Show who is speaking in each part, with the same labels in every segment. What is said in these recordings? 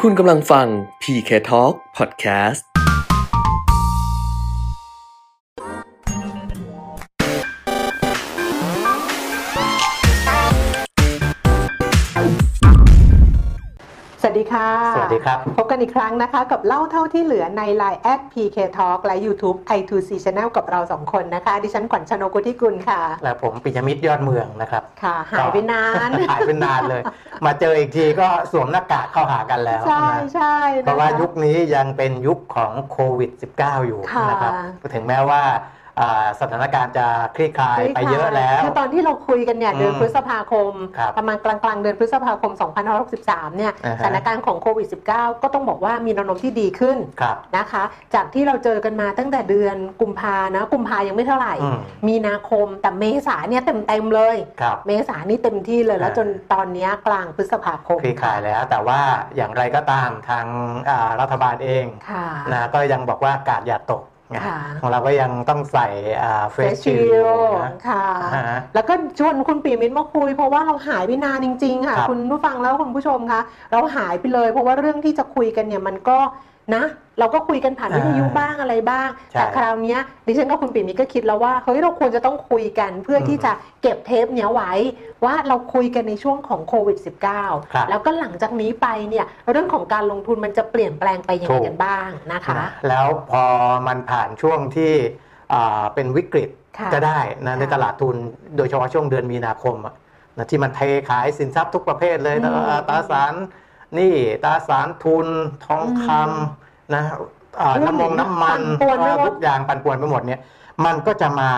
Speaker 1: คุณกำลังฟัง PK Talk Podcast
Speaker 2: สวัสดีค่ะ
Speaker 3: สวัสดีครับ
Speaker 2: พบกันอีกครั้งนะคะ กับเล่าเท่าที่เหลือใน Line at PK Talk และ YouTube i2c Channel กับเราสองคนนะคะ ดิฉันขวัญชนกุลที่กุลค่ะ
Speaker 3: และผมปิยมิตรยอดเมืองนะครับ
Speaker 2: ค่ะ หายไปนาน
Speaker 3: หายไปนาน เลย มาเจออีกทีก็สวมหน้ากากเข้าหากันแล้ว
Speaker 2: ใช่
Speaker 3: นะ
Speaker 2: ใช่นค
Speaker 3: เพราะว่ายุคนี้ยังเป็นยุคของโควิด -19 อยู่
Speaker 2: ค่ะ
Speaker 3: นะครับถึงแม้ว่าอ่าสถานการณ์จะคลี่คลายไปเยอะแล้ว
Speaker 2: คือตอนที่เราคุยกันเนี่ย
Speaker 3: อืม
Speaker 2: เดือนพฤษภาคม
Speaker 3: ครับ
Speaker 2: ประมาณกลางกลางๆเดือนพฤษภาคม 2563 เนี่ย
Speaker 3: อ่าฮะ
Speaker 2: สถานการณ์ของโควิด -19 ก็ต้องบอกว่ามีแนวโน้มที่ดีขึ้น
Speaker 3: ครับ
Speaker 2: นะคะ จากที่เราเจอกันมาตั้งแต่เดือนกุมภานะ กุมภายังไม่เท่าไหร่
Speaker 3: อืม
Speaker 2: มีนาคมแต่เมษาเนี่ยเต็มเต็มๆเลย
Speaker 3: ครับ
Speaker 2: เมษานี่เต็มที่เลยแล้ว
Speaker 3: อ่า
Speaker 2: จนตอนเนี้ยกลางพฤษภาคม
Speaker 3: คลี่คลายแล้ว แต่ว่าอย่างไรก็ตามทางอ่ารัฐบาลเอง
Speaker 2: ค่ะ
Speaker 3: นะก็ยังบอกว่ากาดอย่าตกนะ
Speaker 2: ค่ะ
Speaker 3: ของเราก็ยังต้องใส่เฟส
Speaker 2: Face
Speaker 3: ชิล
Speaker 2: Shield
Speaker 3: นะ
Speaker 2: ค่ะ
Speaker 3: อ่าฮะ
Speaker 2: แล้วก็ชวนคุณปีมิตรมาคุย เพราะว่าเราหายไปนานจริง ๆ ค่ะ
Speaker 3: ครับ
Speaker 2: คุณผู้ฟังแล้วคุณผู้ชมคะเราหายไปเลย เพราะว่าเรื่องที่จะคุยกันเนี่ยมันก็นะ เราก็คุยกันผ่านวิทยุบ้างอะไรบ้าง
Speaker 3: ใช่
Speaker 2: แต่คราวเนี้ยดิฉันกับคุณปีมิตรก็คิดแล้วว่าเฮ้ยเราควรจะต้องคุยกันเพื่ออ
Speaker 3: ม
Speaker 2: ที่จะเก็บเทปเนี้ยไว้ ว่าเราคุยกันในช่วงของโควิด
Speaker 3: ครับ
Speaker 2: -19 แล้วก็หลังจากนี้ไปเนี่ยเรื่องของการลงทุนมันจะเปลี่ยนแปลงไปยังไงกันบ้างนะคะ
Speaker 3: นะแล้วพอมันผ่านช่วงที่อ่าเป็นวิกฤต
Speaker 2: ค่ะ
Speaker 3: ก็ได้นะ
Speaker 2: ค่ะ
Speaker 3: ในตลาดทุนโดยเฉพาะช่วงเดือนมีนาคมอะนะที่มันเทขายสินทรัพย์ทุกประเภทเลย
Speaker 2: อืม
Speaker 3: ตราตราสารหนี่ตราสารทุนทองคำนะอ่า
Speaker 2: หุ้น
Speaker 3: น้ำมงน้ำมัน
Speaker 2: ปั่นป่วนไปหมด
Speaker 3: ทุกอย่างปั่นป่วนไปหมดเนี่ยมันก็จะมา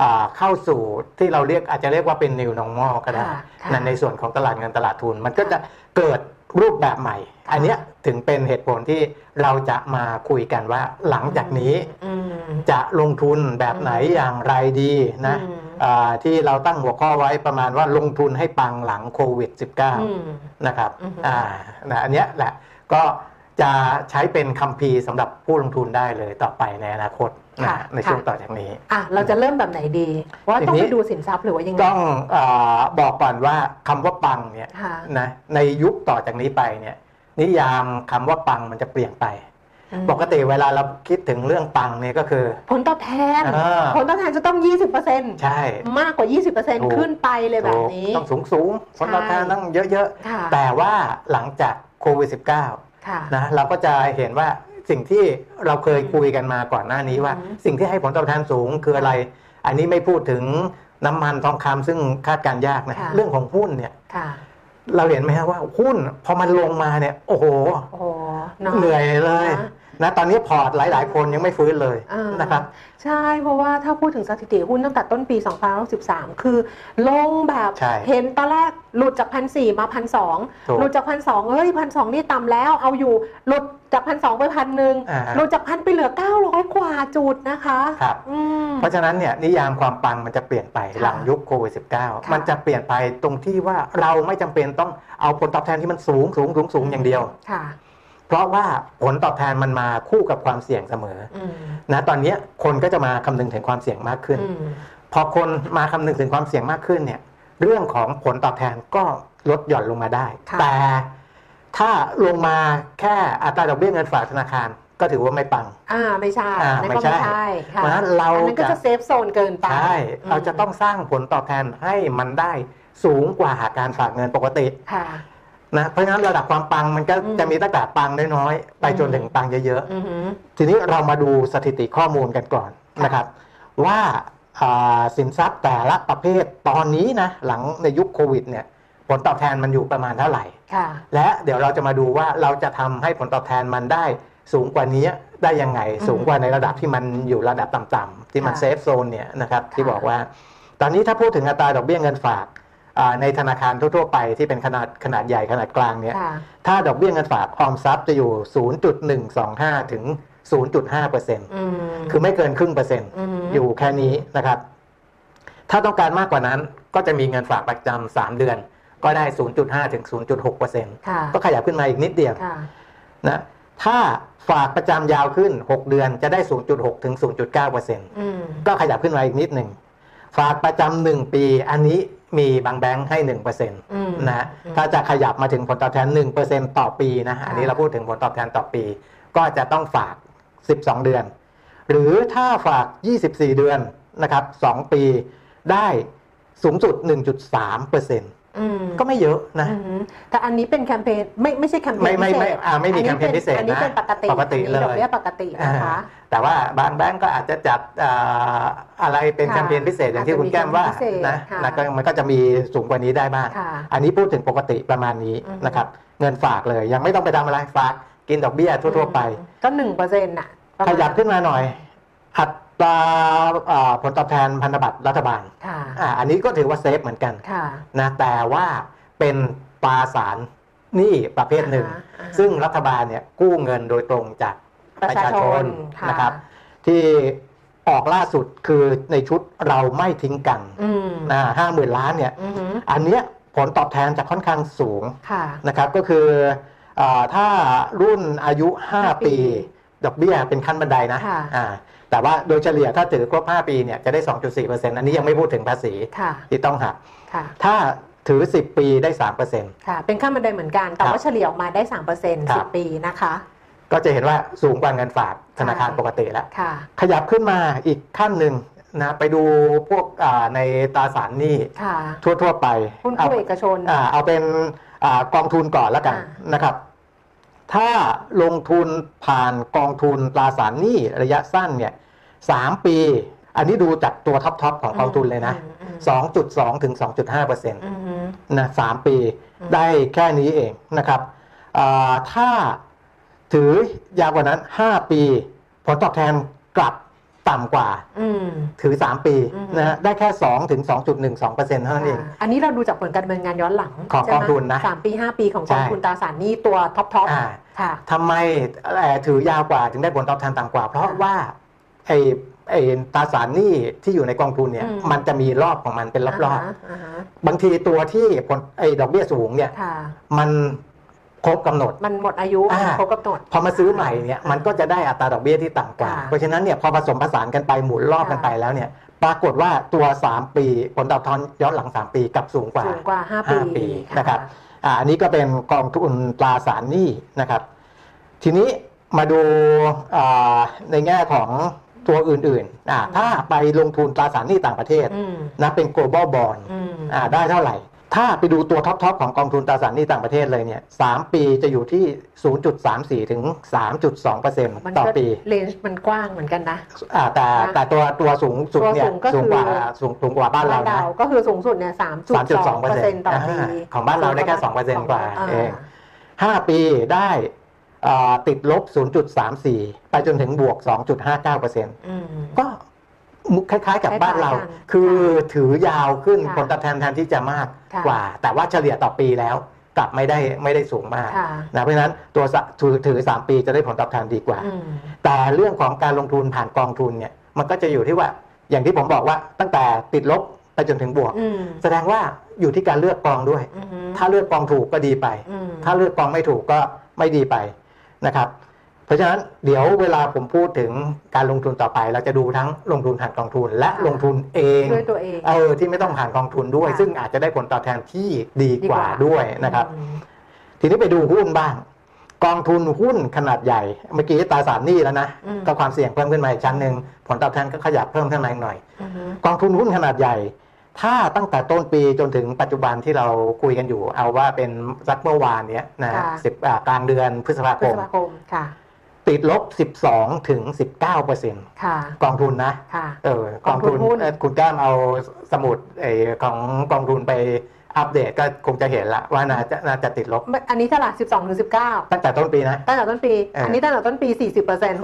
Speaker 3: อ่าเข้าสู่ที่เราเรียกอาจจะเรียกว่าเป็น new normal ก็ได้
Speaker 2: ค่ะค่ะ
Speaker 3: นะในส่วนของตลาดเงินตลาดทุน มันก็จะเกิดรูปแบบใหม่ อันเนี้ยถึงเป็นเหตุผลที่เราจะมาคุยกันว่าหลังจากนี้
Speaker 2: อืม
Speaker 3: จะลงทุนแบบไหนอย่างไรดีนะ
Speaker 2: อืม
Speaker 3: อ่าที่เราตั้งหัวข้อไว้ประมาณว่าลงทุนให้ปังหลังโควิด
Speaker 2: อืม
Speaker 3: -19 นะครับ
Speaker 2: อืม
Speaker 3: อ่านะอันเนี้ยแหละก็จะใช้เป็นคัมภีร์สำหรับผู้ลงทุนได้เลยต่อไปในอนาคตนะ
Speaker 2: ค่ะ
Speaker 3: ในช่วง
Speaker 2: ค่ะ
Speaker 3: ต่อจากนี้
Speaker 2: อ่ะเราจะเริ่มแบบไหนดี ว่าต้อง
Speaker 3: ทีนี้
Speaker 2: ไปดูสินทรัพย์หรือว่ายังไง
Speaker 3: ต้องอาบอกก่อนว่าคำว่าปังเนี่ย
Speaker 2: ค่ะ
Speaker 3: นะในยุคต่อจากนี้ไปเนี่ยนิยามคำว่าปังมันจะเปลี่ยนไป
Speaker 2: อืม
Speaker 3: ปกติเวลาเราคิดถึงเรื่องปังเนี่ยก็คือ
Speaker 2: ผลตอบแทน
Speaker 3: อ่า
Speaker 2: ผลตอบแทนจะต้อง 20%
Speaker 3: ใช่
Speaker 2: มากกว่า
Speaker 3: ถูก
Speaker 2: 20%ขึ้นไปเลยแบบนี้
Speaker 3: ต้องสูงสูงๆผลตอบแทนต้องเยอะ
Speaker 2: ค่ะ
Speaker 3: ๆ แต่ว่าหลังจากโควิด
Speaker 2: ค่ะ
Speaker 3: -19 นะเราก็จะเห็นว่าสิ่งที่เราเคยคุยกันมาก่อนหน้านี้ว่า
Speaker 2: อืม
Speaker 3: สิ่งที่ให้ผลตอบแทนสูงคืออะไร อันนี้ไม่พูดถึงน้ำมันทองคำซึ่งคาดการณ์ยากนะเรื่องของหุ้นเนี่ย
Speaker 2: ค่ะ
Speaker 3: เราเห็นไหมฮะว่าหุ้นพอมันลงมาเนี่ยโอ้โห
Speaker 2: โอ้โหเนาะ
Speaker 3: เหนื่อยเลย
Speaker 2: นะ
Speaker 3: นะตอนนี้พอร์ตหลาย ๆ คนยังไม่ฟื้นเลย
Speaker 2: อ่าน
Speaker 3: นะครับ
Speaker 2: ใช่ เพราะว่าถ้าพูดถึงสถิติหุ้นตั้งแต่ต้นปี 2013 คือ ลงแบบ
Speaker 3: ใช่
Speaker 2: เห็นตอนแรกหลุดจากพันสมาพันสอง
Speaker 3: ถูก
Speaker 2: หลุดจากพันสองเฮ้ยพันสองนี่ต่ำแล้ว เอาอยู่หลุดจากพันสองไปพันหนึ่ง
Speaker 3: อ่าฮะ
Speaker 2: หลุดจากพันไปเหลือ 900 กว่าจุดนะคะ
Speaker 3: ครับ
Speaker 2: อืม
Speaker 3: เพราะฉะนั้นเนี่ยนิยามความปังมันจะเปลี่ยนไป
Speaker 2: ค่ะ
Speaker 3: หลังยุคโควิด
Speaker 2: ะ
Speaker 3: -19 มันจะเปลี่ยนไปตรงที่ว่าเราไม่จำเป็นต้องเอาผลตอบแทนที่มันสูงสูงสูงสูงอย่างเดียว
Speaker 2: ค่ะ
Speaker 3: เพราะว่าผลตอบแทนมันมาคู่กับความเสี่ยงเสมอ
Speaker 2: อืม
Speaker 3: นะตอนเนี้ยคนก็จะมาคำนึงถึงความเสี่ยงมากขึ้น
Speaker 2: อืม
Speaker 3: พอคนมาคำนึงถึงความเสี่ยงมากขึ้นเนี่ยเรื่องของผลตอบแทนก็ลดหย่อนลงมาได้
Speaker 2: ค่ะ
Speaker 3: แต่ถ้าลงมาแค่อัตราดอกเบี้ยเงินฝากธนาคาร ก็ถือว่าไม่ปัง
Speaker 2: อ่าไม่ใช่
Speaker 3: อ่า
Speaker 2: นั่น
Speaker 3: ไม่
Speaker 2: ก็
Speaker 3: ใช่
Speaker 2: ไม่ใช่ค่ะ
Speaker 3: เพราะฉะนั้นเรา
Speaker 2: อันนั้นก็
Speaker 3: จะ
Speaker 2: จะเซฟโซนเกินไป
Speaker 3: ใช่
Speaker 2: ม
Speaker 3: เราจะต้องสร้างผลตอบแทนให้มันได้สูงกว่าการฝากเงินปกติ
Speaker 2: ค่ะ
Speaker 3: นะเพราะฉะนั้นระดับความปังมันก็
Speaker 2: อืม
Speaker 3: จะมีตั้งแต่ปังน้อยๆไป
Speaker 2: อืม
Speaker 3: จนถึงปังเยอะ
Speaker 2: อือหือ
Speaker 3: ๆ ทีนี้เรามาดูสถิติข้อมูลกันก่อน
Speaker 2: ค่ะ
Speaker 3: นะครับ ว่าอ่าสินทรัพย์แต่ละประเภทตอนนี้นะหลังในยุคโควิดเนี่ยผลตอบแทนมันอยู่ประมาณเท่าไหร่
Speaker 2: ค่ะ
Speaker 3: และเดี๋ยวเราจะมาดูว่าเราจะทำให้ผลตอบแทนมันได้สูงกว่านี้ได้ยังไง
Speaker 2: อืม
Speaker 3: สูงกว่าในระดับที่มันอยู่ระดับต่ำๆที่มัน
Speaker 2: ค่ะ
Speaker 3: เซฟโซนเนี่ยนะครับที่
Speaker 2: ค่ะ
Speaker 3: บอกว่า ตอนนี้ถ้าพูดถึงอัตราดอกเบี้ยเงินฝากอ่าในธนาคารทั่วๆไปที่เป็นขนาดขนาดใหญ่ขนาดกลางเนี่ย
Speaker 2: ค่ะ
Speaker 3: ถ้าดอกเบี้ยเงินฝากออมทรัพย์จะอยู่ 0.125 ถึง 0.5เปอร์เซ็นต์
Speaker 2: อืม
Speaker 3: คือไม่เกินครึ่งเปอร์เซ็นต์
Speaker 2: หื
Speaker 3: อยู่แค่นี้นะครับ ถ้าต้องการมากกว่านั้นก็จะมีเงินฝากประจำสามเดือน ก็ได้ 0.5ถึง0.6เปอร์เซ็นต์
Speaker 2: ค่ะ
Speaker 3: ก็ขยับขึ้นมาอีกนิดเดียว
Speaker 2: ค่ะ
Speaker 3: นะ ถ้าฝากประจำยาวขึ้น 6 เดือนจะได้ 0.6 ถึง 0.9เปอร์เซ็นต์
Speaker 2: อืม
Speaker 3: ก็ขยับขึ้นมาอีกนิดหนึ่ง ฝากประจำหนึ่งปีอันนี้ มีบางแบงค์ให้ 1%
Speaker 2: อืม
Speaker 3: นะฮะถ้าจะขยับมาถึงผลตอบแทน 1%ต่อปีนะฮะอันนี้
Speaker 2: ค่ะ
Speaker 3: เราพูดถึงผลตอบแทนต่อปี ก็จะต้องฝาก 12 เดือน หรือถ้าฝาก 24 เดือนนะครับ2ปีได้สูงสุด 1.3%
Speaker 2: อืม
Speaker 3: ก็ไม่เยอะนะ
Speaker 2: อืมแต่อันนี้เป็นแคมเปญไม่ไม่ใช่แคมเปญ
Speaker 3: ไม่ไม่
Speaker 2: พิเศ
Speaker 3: ไม่
Speaker 2: ษ
Speaker 3: อ่าไม่มี
Speaker 2: อั
Speaker 3: แคมเปญ
Speaker 2: ป็
Speaker 3: พิเศษ
Speaker 2: อันนี้
Speaker 3: นะ
Speaker 2: เป็นปกติ
Speaker 3: ปกติ
Speaker 2: อัน
Speaker 3: เล
Speaker 2: นี้ดอก
Speaker 3: ย
Speaker 2: เบี้ยปกตินะคะ
Speaker 3: แต่ว่าบางแบงก์ก็อาจจะจัดเอ่ออะไรเป็น
Speaker 2: ค่ะ
Speaker 3: แคมเปญพิเศษอย่างที่คุณแก้มว่า
Speaker 2: อาจจะมีแคมเปญพิเศษ
Speaker 3: นะ
Speaker 2: ค่ะ
Speaker 3: นะก็มันก็จะมีสูงกว่านี้ได้บ้าง
Speaker 2: ค่ะ
Speaker 3: อันนี้พูดถึงปกติประมาณนี้
Speaker 2: อืม
Speaker 3: นะครับ เงินฝากเลยยังไม่ต้องไปทำอะไรฝากกินดอกเบี้ยทั่ว ๆ ไป
Speaker 2: อืมก็หนึ่งเปอร์เซ็นต์น่ะประ
Speaker 3: ข
Speaker 2: มาณ
Speaker 3: ยับขึ้นมาหน่อย อัตราเอ่อผลตอบแทนพันธบัตรรัฐบาล
Speaker 2: ค่ะ
Speaker 3: อ่าอันนี้ก็ถือว่าเซฟเหมือนกัน
Speaker 2: ค่ะ
Speaker 3: นะแต่ว่าเป็นตราสารหนี้ประเภทหนึ่ง
Speaker 2: อ่าอ่า
Speaker 3: ซึ่งรัฐบาลเนี่ยกู้เงินโดยตรงจาก
Speaker 2: ประชาชน
Speaker 3: นะครับ ที่ออกล่าสุดคือในชุดเราไม่ทิ้งกัน
Speaker 2: อืม
Speaker 3: นะห้าหมื่นล้านเนี่ย
Speaker 2: อือหือ
Speaker 3: อันเนี้ยผลตอบแทนจะค่อนข้างสูง
Speaker 2: ค่ะ
Speaker 3: นะครับ ก็คือเออถ้ารุ่นอายุ 5
Speaker 2: ปี
Speaker 3: ปี ดอกเบี้ยเป็นขั้นบันไดนะ
Speaker 2: ค่ะ
Speaker 3: อ่าแต่ว่าโดยเฉลี่ยถ้าถือครบ 5 ปีเนี่ยจะได้ 2.4%อันนี้ยังไม่พูดถึงภาษี
Speaker 2: ค่ะ
Speaker 3: ที่ต้องหัก
Speaker 2: ค่ะ
Speaker 3: ถ้าถือ 10 ปีได้ 3%
Speaker 2: ค่ะ เป็นขั้นบันไดเหมือนกัน แต่
Speaker 3: ครับ
Speaker 2: ว่าเฉลี่ยออกมาได้สามเปอร์เซ็นต์
Speaker 3: ครั
Speaker 2: สิ
Speaker 3: บ
Speaker 2: บปีนะคะ
Speaker 3: ก็จะเห็นว่าสูงกว่าเงินฝากธนาคาร
Speaker 2: ใช่
Speaker 3: ปกติแล้ว
Speaker 2: ค่ะ
Speaker 3: ขยับขึ้นมาอีกขั้นหนึ่งนะไปดูพวกอ่าในตราสารหนี้
Speaker 2: ค่ะ
Speaker 3: ทั่ว ๆ ไป
Speaker 2: คุณ
Speaker 3: เอา
Speaker 2: ผู้เอกชน
Speaker 3: อ่าเอาเป็นอากองทุนก่อนแล้วกัน
Speaker 2: อ่าน
Speaker 3: นะครับ ถ้าลงทุนผ่านกองทุนตราสารหนี้ระยะสั้นเนี่ยสามปี อันนี้ดูจากตัวท็อปๆของกองทุนเลยนะ
Speaker 2: มม
Speaker 3: 2.2 ถึง 2.5เปอร์เซ็นต
Speaker 2: อืมอืม
Speaker 3: นะสามปี
Speaker 2: อืม
Speaker 3: ได้แค่นี้เองนะครับอ่าถ้าถือยาวกว่านั้น 5 ปี ผลตอบแทนกลับต่ำกว่า
Speaker 2: อืม
Speaker 3: ถือ 3 ปี
Speaker 2: อืม
Speaker 3: นะฮะได้แค่ 2 ถึง 2.12%เท่านั้นเอง
Speaker 2: ค่ะอันนี้เราดูจากผลการดำเนินงานย้อนหลัง
Speaker 3: ของ
Speaker 2: ใช่ไหม
Speaker 3: กองทุนนะ
Speaker 2: สามปีห้าปีของกอง
Speaker 3: ใช่
Speaker 2: ทุนตราสารหนี้ตัวท็อปท็อป
Speaker 3: อ่า
Speaker 2: ค่ะ
Speaker 3: ทำไมเอ่อถือยาวกว่าถึงได้ผลตอบแทนต่ำกว่า เพราะว่าไอ้ไอ้ตราสารหนี้ที่อยู่ในกองทุนเนี่ย
Speaker 2: อืม
Speaker 3: มันจะมีรอบของมันเป็นรอบ
Speaker 2: อ่าฮะ
Speaker 3: ๆบางทีตัวที่ผลไอ้ดอกเบี้ยสูงเนี่ย
Speaker 2: ค่ะ
Speaker 3: มันครบกำหนด
Speaker 2: มันหมดอายุ
Speaker 3: อ่า
Speaker 2: ครบกำหนด
Speaker 3: พอมาซื้อใหม่เนี่ยมันก็จะได้อัตราดอกเบี้ยที่ต่ำกว่า
Speaker 2: ค่ะ
Speaker 3: เพราะฉะนั้นเนี่ยพอผสมผสานกันไปหมุนรอบกัน
Speaker 2: ค่ะ
Speaker 3: ไปแล้วเนี่ยปรากฏว่าตัว 3 ปีผลตอบแทนย้อนหลัง 3 ปีกลับสูงกว่า
Speaker 2: สูงกว่าห้า
Speaker 3: ห้าปีนะครับ อ่าอันนี้ก็เป็นกองทุนตราสารหนี้นะครับ ทีนี้มาดูอ่าในแง่ของตัวอื่นๆอ่าถ้าไปลงทุนตราสารหนี้ต่างประเทศ
Speaker 2: อืม
Speaker 3: นะเป็น global bond
Speaker 2: อืม
Speaker 3: อ่าได้เท่าไหร่ ถ้าไปดูตัวท็อปๆของกองทุนตราสารหนี้ต่างประเทศเลยเนี่ยสามปีจะอยู่ที่ 0.34 ถึง
Speaker 2: มัน
Speaker 3: 3.2%ต่อ
Speaker 2: ก็
Speaker 3: ปี
Speaker 2: เลนส์มันกว้างเหมือนกันนะ
Speaker 3: อ่าแต่
Speaker 2: นะ
Speaker 3: แต่ตัวตัวสูงสุดเนี่
Speaker 2: ตั
Speaker 3: ยว
Speaker 2: สูงก็คือ
Speaker 3: สูงกว่าสูงสูงกว่าบ้านเรานะ
Speaker 2: ก็คือสูงสุดเนี่ยสามจุดสองเปอร์เซ็นต์
Speaker 3: 3.2%
Speaker 2: ต่อปี
Speaker 3: อ่าของบ้านเราได้แค่2%กว่าเอง 5 ปีได้อ่าติดลบ 0.34 ไปจนถึงบวก 2.59%
Speaker 2: อืม
Speaker 3: ก็คล้ายๆกับบ้านเรา
Speaker 2: คล้ายๆกัน
Speaker 3: คือถือยาวขึ้น
Speaker 2: ค่ะ
Speaker 3: ผลตอบแทนแทนที่จะมาก
Speaker 2: ค่ะ
Speaker 3: กว่า แต่ว่าเฉลี่ยต่อปีแล้วกลับไม่ได้ไม่ได้สูงมาก
Speaker 2: ค่ะ
Speaker 3: นะเพราะฉะนั้นตัวสะถือถือ 3 ปีจะได้ผลตอบแทนดีกว่า
Speaker 2: อืม
Speaker 3: แต่เรื่องของการลงทุนผ่านกองทุนเนี่ยมันก็จะอยู่ที่ว่าอย่างที่ผมบอกว่าตั้งแต่ติดลบไปจนถึงบวก
Speaker 2: อืม
Speaker 3: แสดงว่าอยู่ที่การเลือกกองด้วย
Speaker 2: อืม
Speaker 3: ถ้าเลือกกองถูกก็ดีไป
Speaker 2: อืม
Speaker 3: ถ้าเลือกกองไม่ถูกก็ไม่ดีไปนะครับ เพราะฉะนั้นเดี๋ยวเวลาผมพูดถึงการลงทุนต่อไป เราจะดูทั้งลงทุนผ่านกองทุน และ
Speaker 2: ค่ะ
Speaker 3: ลงทุนเอง
Speaker 2: ด้วยตัวเอง
Speaker 3: เออที่ไม่ต้องผ่านกองทุนด้วย
Speaker 2: ค่ะ
Speaker 3: ซึ่งอาจจะได้ผลตอบแทนที่ดี
Speaker 2: ดี
Speaker 3: ก
Speaker 2: ก
Speaker 3: ว่า
Speaker 2: ว่า
Speaker 3: ด้วยนะครับ
Speaker 2: อืม
Speaker 3: ทีนี้ไปดูหุ้นบ้าง กองทุนหุ้นขนาดใหญ่ เมื่อกี้ตราสารหนี้แล้วนะ
Speaker 2: อืม
Speaker 3: ก็ความเสี่ยงเพิ่มขึ้นมาอีกชั้นหนึ่งผลตอบแทนก็ขยับเพิ่มขึ้นมาอีกหน่อย
Speaker 2: อืม
Speaker 3: กองทุนหุ้นขนาดใหญ่ ถ้าตั้งแต่ต้นปีจนถึงปัจจุบันที่เราคุยกันอยู่ เอาว่าเป็นสักเมื่อวานเนี้ยนะ
Speaker 2: ค่ะ
Speaker 3: สิบอ่ากลางเดือนพฤษภา
Speaker 2: พ
Speaker 3: ค
Speaker 2: ฤษ
Speaker 3: ม
Speaker 2: ภาคมค่ะ
Speaker 3: ติดลบ 12ถึง19เปอร์เซ็นต์
Speaker 2: ค่ะ
Speaker 3: กองทุนนะ
Speaker 2: ค่ะ
Speaker 3: เออก
Speaker 2: องทุนหุ้น
Speaker 3: เอ่อคุณแก้ามเอาสมุดไอของกองทุนไปอัปเดตก็คงจะเห็นละว่าน่าจะน่าจะติดลบ
Speaker 2: ไม่อันนี้เท่าไหร่สิบสองถึงสิบเก้า
Speaker 3: ตั้งแต่ต้นปีนะ
Speaker 2: ตั้งแต่ต้นปี
Speaker 3: เอออั
Speaker 2: อันนี้ตั้งแต่ต้นปีสี่สิบเปอร์เซ็นต์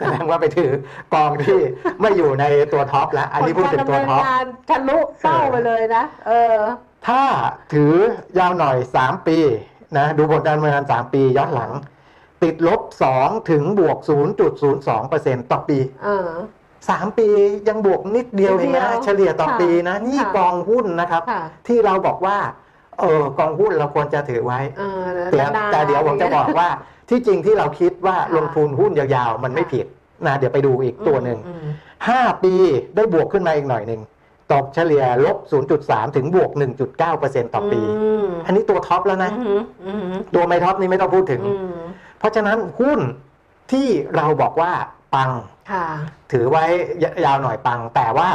Speaker 3: แสดงว่าไปถือกองที่ไม่อยู่ในตัวท็อปแล้ว อันนี้พูดถึงตัวท็อป
Speaker 2: งานทะลุเป้าไปเลยนะ เออ
Speaker 3: ถ้าถือยาวหน่อย 3 ปีนะดูผลการดำเนินงาน 3 ปีย้อนหลัง ติดลบ 2 ถึงบวก 0.02%ต่อปี
Speaker 2: เออ
Speaker 3: 3 ปียังบวกนิดเดียว
Speaker 2: นิด
Speaker 3: เอง
Speaker 2: เดียว
Speaker 3: นะเฉลี่ยต่อ
Speaker 2: ค่ะ
Speaker 3: ปีนะ นี่
Speaker 2: ค่ะ
Speaker 3: กองหุ้นนะครับ
Speaker 2: ค่ะ
Speaker 3: ที่เราบอกว่าเออกองหุ้นเราควรจะถือไว้
Speaker 2: เออ
Speaker 3: แต่
Speaker 2: นานๆ
Speaker 3: แต่เดี๋ยวผมจะบอกว่าที่จริงที่เราคิดว่า
Speaker 2: ค่ะ
Speaker 3: ลงทุนหุ้นยาวๆ มันไม่ผิดนะเดี๋ยวไปดูอีกตัวหนึ่ง
Speaker 2: อืม
Speaker 3: 5 ปีได้บวกขึ้นมาอีกหน่อยหนึ่ง ตกเฉลี่ยลบ 0.3 ถึงบวก 1.9%ต่อปี
Speaker 2: ม
Speaker 3: อันนี้ตัวท็อปแล้วนะ
Speaker 2: อืมอืม
Speaker 3: ตัวไม่ท็อปนี่ไม่ต้องพูดถึง
Speaker 2: อืม
Speaker 3: เพราะฉะนั้นหุ้นที่เราบอกว่าปัง
Speaker 2: ค่ะ
Speaker 3: ถือไว้ยาวหน่อยปัง แต่ว่า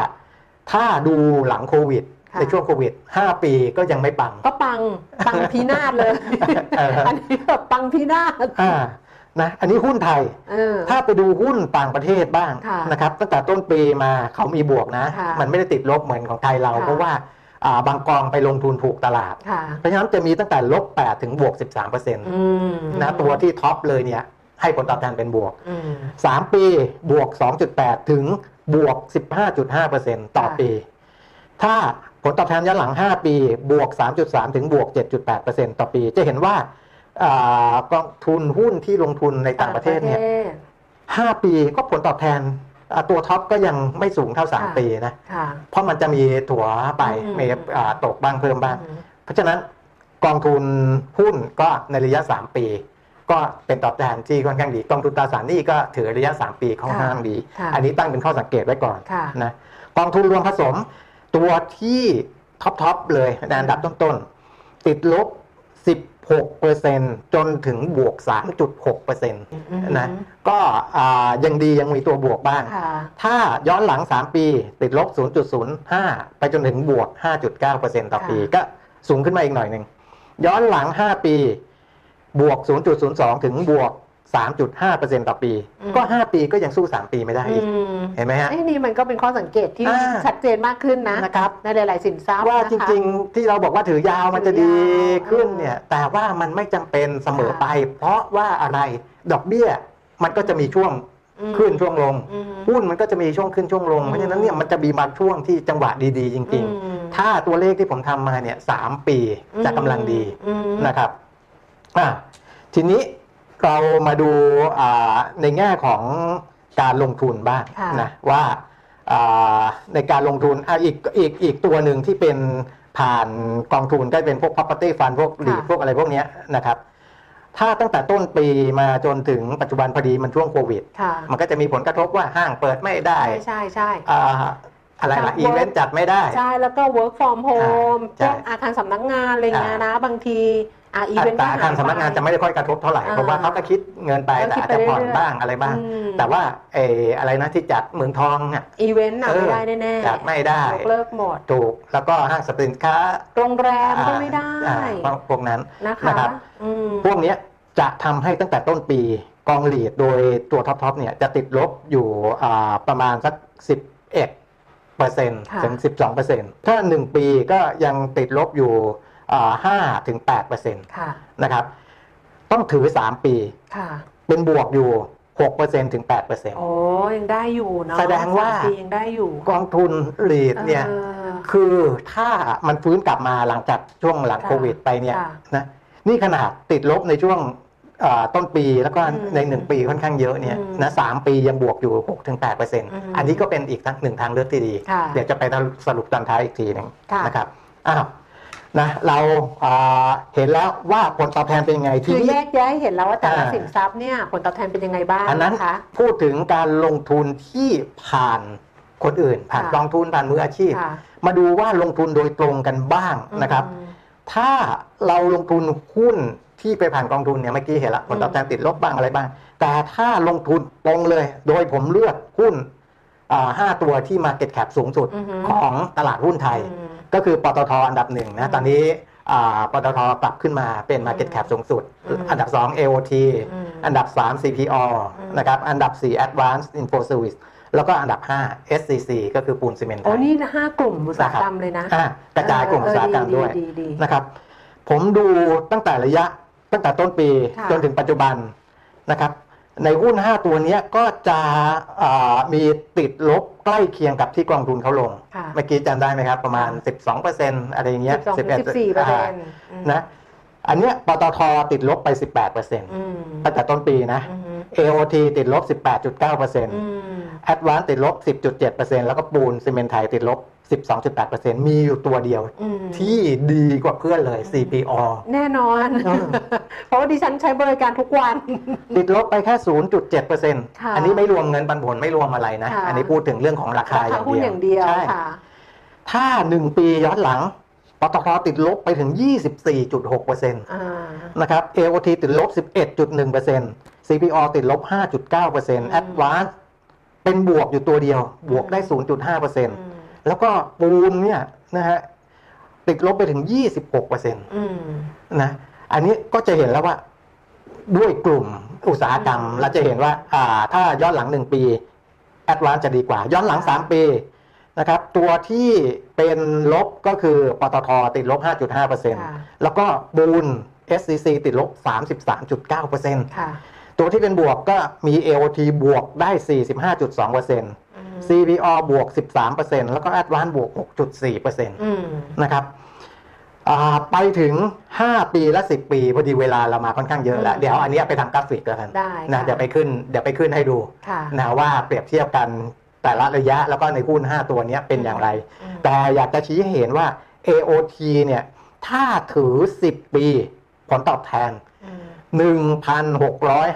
Speaker 3: ถ้าดูหลังโควิด
Speaker 2: ค่ะ
Speaker 3: ในช่วงโควิด 5 ปีก็ยังไม่ปัง
Speaker 2: ก็ปังปังพินาศเลย
Speaker 3: เออ
Speaker 2: อันนี้แบบปังพินาศ
Speaker 3: อ่านะอันนี้หุ้นไทย
Speaker 2: เออ
Speaker 3: ถ้าไปดูหุ้นต่างประเทศบ้าง
Speaker 2: ค่ะ
Speaker 3: นะครับตั้งแต่ต้นปีมาเขามีบวกนะ
Speaker 2: ค่ะ
Speaker 3: มันไม่ได้ติดลบเหมือนของไทยเรา
Speaker 2: ค่ะ
Speaker 3: เพราะว่าอ่าบางกองไปลงทุนถูกตลาด
Speaker 2: ค่ะ
Speaker 3: เพราะฉะนั้นจะมีตั้งแต่ลบ 8 ถึงบวก 13%
Speaker 2: อืม
Speaker 3: นะตัวที่ท็อปเลยเนี่ยให้ผลตอบแทนเป็นบวก
Speaker 2: อืม
Speaker 3: 3 ปีบวก 2.8 ถึงบวก 15.5%ต่อ
Speaker 2: ค่ะ
Speaker 3: ปี ถ้าผลตอบแทนย้อนหลัง 5 ปีบวก 3.3 ถึงบวก 7.8%ต่อปี จะเห็นว่าอ่ากองทุนหุ้นที่ลงทุนในต่างประเทศเนี่ย ห้าปีก็ผลตอบแทนอ่ะตัวท็อปก็ยังไม่สูงเท่าสาม
Speaker 2: ค่ะ
Speaker 3: ปีนะ
Speaker 2: ค่ะ
Speaker 3: เพราะมันจะมีถั่วไป
Speaker 2: อืม
Speaker 3: มีอ่าตกบ้างเพิ่มบ้าง
Speaker 2: อืม
Speaker 3: เพราะฉะนั้นกองทุนหุ้นก็ในระยะ 3 ปี ก็เป็นตอบแทนที่ค่อนข้างดี กองทุนตราสารหนี้ก็ถือระยะ 3 ปีค่อนข้างดี
Speaker 2: ค่ะ
Speaker 3: อันนี้ตั้งเป็นข้อสังเกตไว้ก่อน
Speaker 2: ค่ะ
Speaker 3: นะกองทุนรวมผสมตัวที่ท็อปทอปเลยในอันดับต้นๆ ติดลบ 16%จนถึงบวก 3.6%
Speaker 2: ม
Speaker 3: นะก็อ่ายังดียังมีตัวบวกบ้าง
Speaker 2: ค่ะ
Speaker 3: ถ้าย้อนหลัง 3 ปีติดลบ 0.05 ไปจนถึงบวก 5.9%ต่อปีก็สูงขึ้นมาอีกหน่อยหนึ่ง ย้อนหลัง 5 ปี บวก 0.02 ถึงบวก 3.5%ต่อปี
Speaker 2: อืม
Speaker 3: ก็ 5 ปีก็ยังสู้ 3 ปีไม่ได้
Speaker 2: อื
Speaker 3: อีก
Speaker 2: ม
Speaker 3: เห็นไหมฮะ
Speaker 2: เอ้ยนี่มันก็เป็นข้อสังเกตที่
Speaker 3: อ่า
Speaker 2: ชัดเจนมากขึ้นนะ
Speaker 3: นะครับ
Speaker 2: ในหลาย ๆ สินทรัพย์
Speaker 3: ว่า
Speaker 2: นะคะ
Speaker 3: จริงๆ ที่เราบอกว่าถือยาวมันจะดีขึ้นเนี่ย แต่ว่ามันไม่จำเป็นเสมอไป เพราะว่าอะไรดอกเบี้ยมันก็จะมีช่วง
Speaker 2: อืม
Speaker 3: ขึ้นช่วงลง
Speaker 2: อืม
Speaker 3: หุ้นมันก็จะมีช่วงขึ้นช่วงลง
Speaker 2: อืม
Speaker 3: เพราะฉะนั้นเนี่ยมันจะมีบางช่วงที่จังหวะดีๆ จริง
Speaker 2: อืม
Speaker 3: ๆ ถ้าตัวเลขที่ผมทำมาเนี่ยสามปีจะกำลังดี
Speaker 2: อืม
Speaker 3: นะครับอ่ะทีนี้เรามาดูอ่าในแง่ของการลงทุนบ้าง
Speaker 2: ค่ะ
Speaker 3: นะว่าอ่าในการลงทุนอ่ะอีกอีกอีกตัวหนึ่งที่เป็นผ่านกองทุนก็เป็นพวก property fund พวกหลีพวกอะไรพวกเนี้ยนะครับ ถ้าตั้งแต่ต้นปีมาจนถึงปัจจุบันพอดีมันช่วงโควิด
Speaker 2: ค่ะ
Speaker 3: มันก็จะมีผลกระทบว่าห้างเปิดไม่ได้
Speaker 2: ใช่ใช่ใช่
Speaker 3: อ่าอะไร
Speaker 2: จั
Speaker 3: ล่ะ
Speaker 2: ด
Speaker 3: อีเวนต์จัดไม่ได้
Speaker 2: ใช่แล้วก็ work from home
Speaker 3: ใช่
Speaker 2: พวกอาคารสำนักงานอะไรเงี้ย
Speaker 3: อ่า
Speaker 2: นะ บางทีอ่ะอี
Speaker 3: อั
Speaker 2: เวนต์
Speaker 3: ต
Speaker 2: ก็ห
Speaker 3: รา
Speaker 2: ย
Speaker 3: ทางสำนักงานจะ
Speaker 2: ไป
Speaker 3: ไม่ได้ค่อยกระทบเท่าไหร่
Speaker 2: อ่า
Speaker 3: เพราะว่าเขาก็คิดเงินไป
Speaker 2: เขา
Speaker 3: แต่
Speaker 2: คิด
Speaker 3: อาจจะผ่อน
Speaker 2: ไปเรื่อยๆ
Speaker 3: บ้างอะไรบ้าง
Speaker 2: อืม
Speaker 3: แต่ว่าเอออะไรนะที่จัดเมืองทองอ่ะ
Speaker 2: อีเวนต์น่ะ
Speaker 3: เออ
Speaker 2: ไม่ได้แน่ๆ
Speaker 3: จัดไม่ได้
Speaker 2: ยกเลิกหมด
Speaker 3: ถูกแล้วก็ห้างสรรพสินค้า
Speaker 2: โรงแรมก็
Speaker 3: อ่า
Speaker 2: ไม่ได้
Speaker 3: อ่าพวกพวกนั้น
Speaker 2: นะคะ
Speaker 3: นะครับ
Speaker 2: อืม
Speaker 3: พวกเนี้ยจะทำให้ตั้งแต่ต้นปีกองหลีดโดยตัวท็อปๆเนี่ยจะติดลบอยู่อ่าประมาณสัก 11เปอร์เซ็นต์ถึง 12เปอร์เซ็นต์ถ้า 1 ปีก็ยังติดลบอยู่อ่า5ถึง8เปอร์เซ็นต์
Speaker 2: ค่ะ
Speaker 3: นะครับต้องถือ 3 ปี
Speaker 2: ค่ะ
Speaker 3: เป็นบวกอยู่6เปอร์เซ็นต์ถึง8เปอร์เซ็นต์
Speaker 2: โอ้ยังได้อยู่เนาะ
Speaker 3: แสดงว่า
Speaker 2: สมปียังได้อยู่
Speaker 3: กองทุนหลีดเนี่ย
Speaker 2: ออ
Speaker 3: คือถ้ามันฟื้นกลับมาหลังจากช่วงหลัง
Speaker 2: ค่ะ
Speaker 3: โควิดไปเนี่ย
Speaker 2: ค่ะ
Speaker 3: นะนี่ขนาดติดลบในช่วงเอ่อต้นปีแล้วก็
Speaker 2: อืม
Speaker 3: ในหนึ่งปีค่อนข้างเยอะเนี่ย
Speaker 2: อืม
Speaker 3: นะสามปียังบวกอยู่หกถึงแปดเปอร์เซ็นต์
Speaker 2: ม
Speaker 3: อันนี้ก็เป็นอีกทั้งหนึ่งทางเลือกที่ดี
Speaker 2: ค่ะ
Speaker 3: เดี๋ยวจะไปสรุปตอนท้ายอีกทีหนึ่ง
Speaker 2: ค่ะ
Speaker 3: นะครับอ้าวนะเราเอ่อเห็นแล้วว่าผลตอบแทนเป็นยังไงที
Speaker 2: คือ
Speaker 3: นี้
Speaker 2: แยกแยะให้เห็นแล้วว่าแต่ละ
Speaker 3: อ่า
Speaker 2: สินทรัพย์เนี่ยผลตอบแทนเป็นยังไงบ้าง
Speaker 3: อันนั้น
Speaker 2: นะคะ
Speaker 3: พูดถึงการลงทุนที่ผ่านคนอื่น ผ่าน
Speaker 2: ค่ะ
Speaker 3: กองทุนผ่านมืออาชีพ
Speaker 2: ค่ะ
Speaker 3: มาดูว่าลงทุนโดยตรงกันบ้างนะครับ
Speaker 2: อืม
Speaker 3: ถ้าเราลงทุนหุ้นที่ไปผ่านกองทุนเนี่ยเมื่อกี้เห็นละผลตอบแทนติดลบบ้างอะไรบ้าง แต่ถ้าลงทุนตรงเลย โดยผมเลือกหุ้นอ่าห้าตัวที่ Market Cap สูงสุด
Speaker 2: อือฮึ
Speaker 3: ของตลาดหุ้นไทย
Speaker 2: อืม
Speaker 3: ก็คือปตทอันดับหนึ่งนะตอนนี้อ่าปตทปรับขึ้นมาเป็น Market Cap สูงสุด
Speaker 2: อืม
Speaker 3: อันดับ 2 AOT
Speaker 2: อืม
Speaker 3: อันดับ 3 CPO
Speaker 2: อืม
Speaker 3: นะครับอันดับ 4 Advanced Info Service แล้วก็อันดับ 5 SCC ก็คือปูนซีเมนต์ไท
Speaker 2: โอ้
Speaker 3: ย
Speaker 2: นี่ห้ากลุ่มอุตสาหกรรมเลยนะ
Speaker 3: อ่ากระจายกลุ่มอุตสาหกรรมด้วย
Speaker 2: เออดีดีดี
Speaker 3: นะครับ ผมดูตั้งแต่ระยะตั้งแต่ต้นปี
Speaker 2: ค่ะ
Speaker 3: จนถึงปัจจุบันนะครับ ในหุ้น 5 ตัวเนี้ยก็จะอ่ามีติดลบใกล้เคียงกับที่กองทุนเขาลง
Speaker 2: ค่ะ
Speaker 3: เมื่อกี้จำได้ไหมครับ ประมาณ 12%อะไรอย่างเงี้ย
Speaker 2: สิบสองถึงสิบสี่เปอร์เซ็นต์อืม
Speaker 3: นะ อันเนี้ยปตทติดลบไป 18%
Speaker 2: อืม
Speaker 3: ตั้งแต่ต้นปีนะ
Speaker 2: อืม
Speaker 3: AOT ติดลบ
Speaker 2: อ
Speaker 3: 18.9%
Speaker 2: ืม
Speaker 3: แอดวานติดลบ 10.7%แล้วก็ปูนซีเมนต์ไทยติดลบ 12.8%มีอยู่ตัวเดียว
Speaker 2: อืม
Speaker 3: ที่ดีกว่าเพื่อนเลย CPO
Speaker 2: แน่นอน
Speaker 3: เออ
Speaker 2: เพราะว่าดิฉันใช้บริการทุกวัน
Speaker 3: ติดลบไปแค่ 0.7%อันนี้ไม่รวมเงินปันผลไม่รวมอะไรนะ
Speaker 2: ค่ะ
Speaker 3: อันนี้พูดถึงเรื่องของราคา
Speaker 2: รา
Speaker 3: อ
Speaker 2: คา
Speaker 3: ย่าง
Speaker 2: หุ้นอ
Speaker 3: เดียว
Speaker 2: ย่างเดียว
Speaker 3: ใช่
Speaker 2: ค่ะ
Speaker 3: ถ้า 1 ปีย้อนหลังปตทติดลบไปถึง 24.6%น
Speaker 2: อ่า
Speaker 3: ะครับ AOT ติดลบ 11.1% CPO ติดลบ 5.9% Advance เป็นบวกอยู่ตัวเดียว บวกได้ 0.5%
Speaker 2: อืม
Speaker 3: แล้วก็ปูนเนี่ยนะฮะติดลบไปถึง 26%น
Speaker 2: อืม
Speaker 3: ะอันนี้ก็จะเห็นแล้วว่าด้วยกลุ่มอุตสาหกรรม
Speaker 2: อืม
Speaker 3: เราจะเห็นว่า อ่า ถ้าย้อนหลัง 1 ปีแอดวานจะดีกว่า ย้อนหลัง 3 ปีนะครับ ตัวที่เป็นลบก็คือปตทติดลบ
Speaker 2: ค่ะ
Speaker 3: 5.5%แล้วก็บูน SCC ติดลบ 33.9%
Speaker 2: ค่ะ
Speaker 3: ตัวที่เป็นบวกก็มี AOT บวกได้
Speaker 2: อ
Speaker 3: 45.2%
Speaker 2: ืม
Speaker 3: CBO บวก 13%แล้วก็ Advance บวก 6.4%น
Speaker 2: อืม
Speaker 3: ะครับอ่าไปถึง 5 ปีและ 10 ปี พอดีเวลาเรามาค่อนข้างเยอะแล้ว เดี๋ยวอันนี้ไปทำกราฟิกแล้วกัน
Speaker 2: ได้
Speaker 3: นะ
Speaker 2: ค่
Speaker 3: เดี๋ยวไปขึ้นเดี๋ยวไปขึ้นให้ดู
Speaker 2: ค่ะ
Speaker 3: นะว่าเปรียบเทียบกันแต่ละระยะแล้วก็ในหุ้น 5 ตัวเนี้ยเป็นอย่างไร
Speaker 2: อืม
Speaker 3: แต่อยากจะชี้ให้เห็นว่า AOT เนี่ย ถ้าถือ 10 ปี ผลตอบแทน
Speaker 2: อืม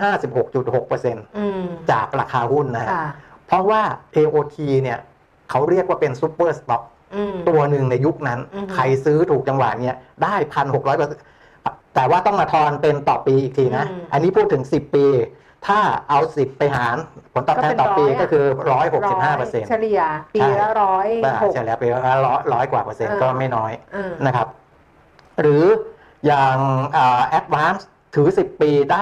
Speaker 3: 1,656.6%
Speaker 2: อืม
Speaker 3: จากราคาหุ้นนะฮะ
Speaker 2: ค่ะ
Speaker 3: เพราะว่า AOT เนี่ยเขาเรียกว่าเป็นซูเปอร์สต็อก
Speaker 2: อืม
Speaker 3: ตัวหนึ่งในยุคนั้น
Speaker 2: อือฮึ
Speaker 3: ใครซื้อถูกจังหวะเนี่ยได้พันหกร้อยแต่ว่าต้องมาทอนเป็นต่อปีอีกทีนะ
Speaker 2: อืม
Speaker 3: อันนี้พูดถึง 10 ปี ถ้าเอา 10 ไปหารผลตอบแทนต่อปี
Speaker 2: ก็
Speaker 3: ก็
Speaker 2: เป็
Speaker 3: คื
Speaker 2: น
Speaker 3: อ 165เปอร์เซ็นต์
Speaker 2: เฉลี่ยปี
Speaker 3: ใช่
Speaker 2: ละร้อยหก
Speaker 3: เฉลี่ยไปร้อยร้อยกว่าเปอร์เซ็นต์
Speaker 2: เออ
Speaker 3: ก็ไม่น้อย
Speaker 2: อืม
Speaker 3: นะครับ หรืออย่างแอดวานซ์ถือ 10 ปีได้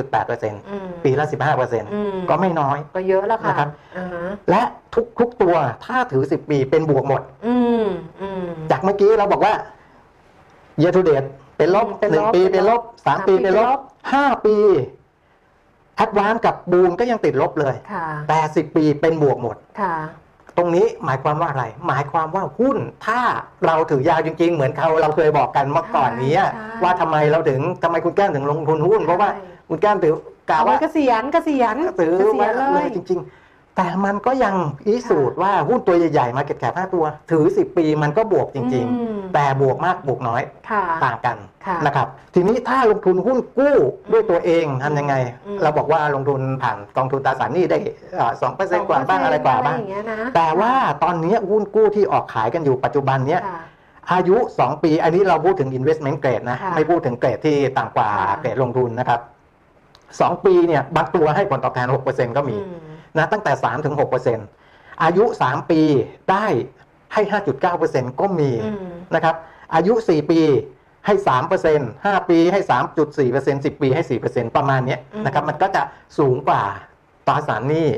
Speaker 3: 153.8เปอร์เซ็นต์
Speaker 2: อืม
Speaker 3: ปีละ 15เปอร์เซ็นต์
Speaker 2: อืม
Speaker 3: ก็ไม่น้อย
Speaker 2: ก็เยอะแล้วค่ะ
Speaker 3: นะครับ
Speaker 2: อ่าฮะ
Speaker 3: และทุกทุกตัวถ้าถือ 10 ปีเป็นบวกหมด
Speaker 2: อืมอืม
Speaker 3: จากเมื่อกี้เราบอกว่า year to date เป็นลบ
Speaker 2: อืมเป็น
Speaker 3: หนึ่ง
Speaker 2: ลบ
Speaker 3: ปี
Speaker 2: เป็
Speaker 3: เป็น น
Speaker 2: ล
Speaker 3: ล
Speaker 2: บบ
Speaker 3: สาม
Speaker 2: สาม
Speaker 3: ปี
Speaker 2: ปี
Speaker 3: เป็นล
Speaker 2: ลบ
Speaker 3: บห้าปีแอดวานกับบูมก็ยังติดลบเลย
Speaker 2: ค่ะ
Speaker 3: แต่สิบปีเป็นบวกหมด
Speaker 2: ค่ะ
Speaker 3: ตรงนี้หมายความว่าอะไร หมายความว่าหุ้น ถ้าเราถือยาวจริง ๆ เหมือนเขาเราเคยบอกกันเมื่อก่อนนี้อะ
Speaker 2: ใช่
Speaker 3: ว่าทำไมเราถึงทำไมคุณแก้มถึงลงทุนหุ้น เพราะว่า
Speaker 2: ใช่
Speaker 3: คุณแก้มถือกล่า
Speaker 2: เอา
Speaker 3: ว
Speaker 2: ไว้
Speaker 3: ว่า
Speaker 2: เกษียณเกษียณ
Speaker 3: ถือ
Speaker 2: เกษี
Speaker 3: ไว้
Speaker 2: ยณเล
Speaker 3: เลย ยจริง ๆ แต่มันก็ยังพิสูจน์ว่าหุ้นตัวใหญ่ๆมาเก็ตแคปห้าตัว ถือ 10 ปีมันก็บวกจริง
Speaker 2: อืม
Speaker 3: ๆ แต่บวกมากบวกน้อย
Speaker 2: ค่ะ
Speaker 3: ต่างกัน
Speaker 2: ค่ะ
Speaker 3: นะครับ ทีนี้ถ้าลงทุนหุ้นกู้ด้วยตัวเองทำยังไง
Speaker 2: อืม
Speaker 3: เราบอกว่าลงทุนผ่านกองทุนตราสารหนี้ได้สองเปอร์เซ็นต์กว่าบ้างอะไรกว่าบ้าง
Speaker 2: ย่างเงี้ยนะ
Speaker 3: แต่ว่าตอนนี้หุ้นกู้ที่ออกขายกันอยู่ปัจจุบันเนี้ย
Speaker 2: ค่ะ
Speaker 3: อายุ 2 ปีอันนี้เราพูดถึง investment grade นะ
Speaker 2: ค่ะ
Speaker 3: ไม่พูดถึงเกรดที่ต่างกว่า
Speaker 2: ค่ะ
Speaker 3: เกรดลงทุนนะครับ 2 ปีเนี่ยบางตัวให้ผลตอบแทน 6%ก็มี
Speaker 2: อืม
Speaker 3: นะตั้งแต่ 3 ถึง 6%อายุ 3 ปีได้ให้ 5.9%ก็มี
Speaker 2: อืม
Speaker 3: นะครับ อายุ 4 ปีให้ 3% 5 ปีให้ 3.4% 10 ปีให้ 4%ประมาณเนี้ยนะครับ มันก็จะสูงกว่าตราสารหนี้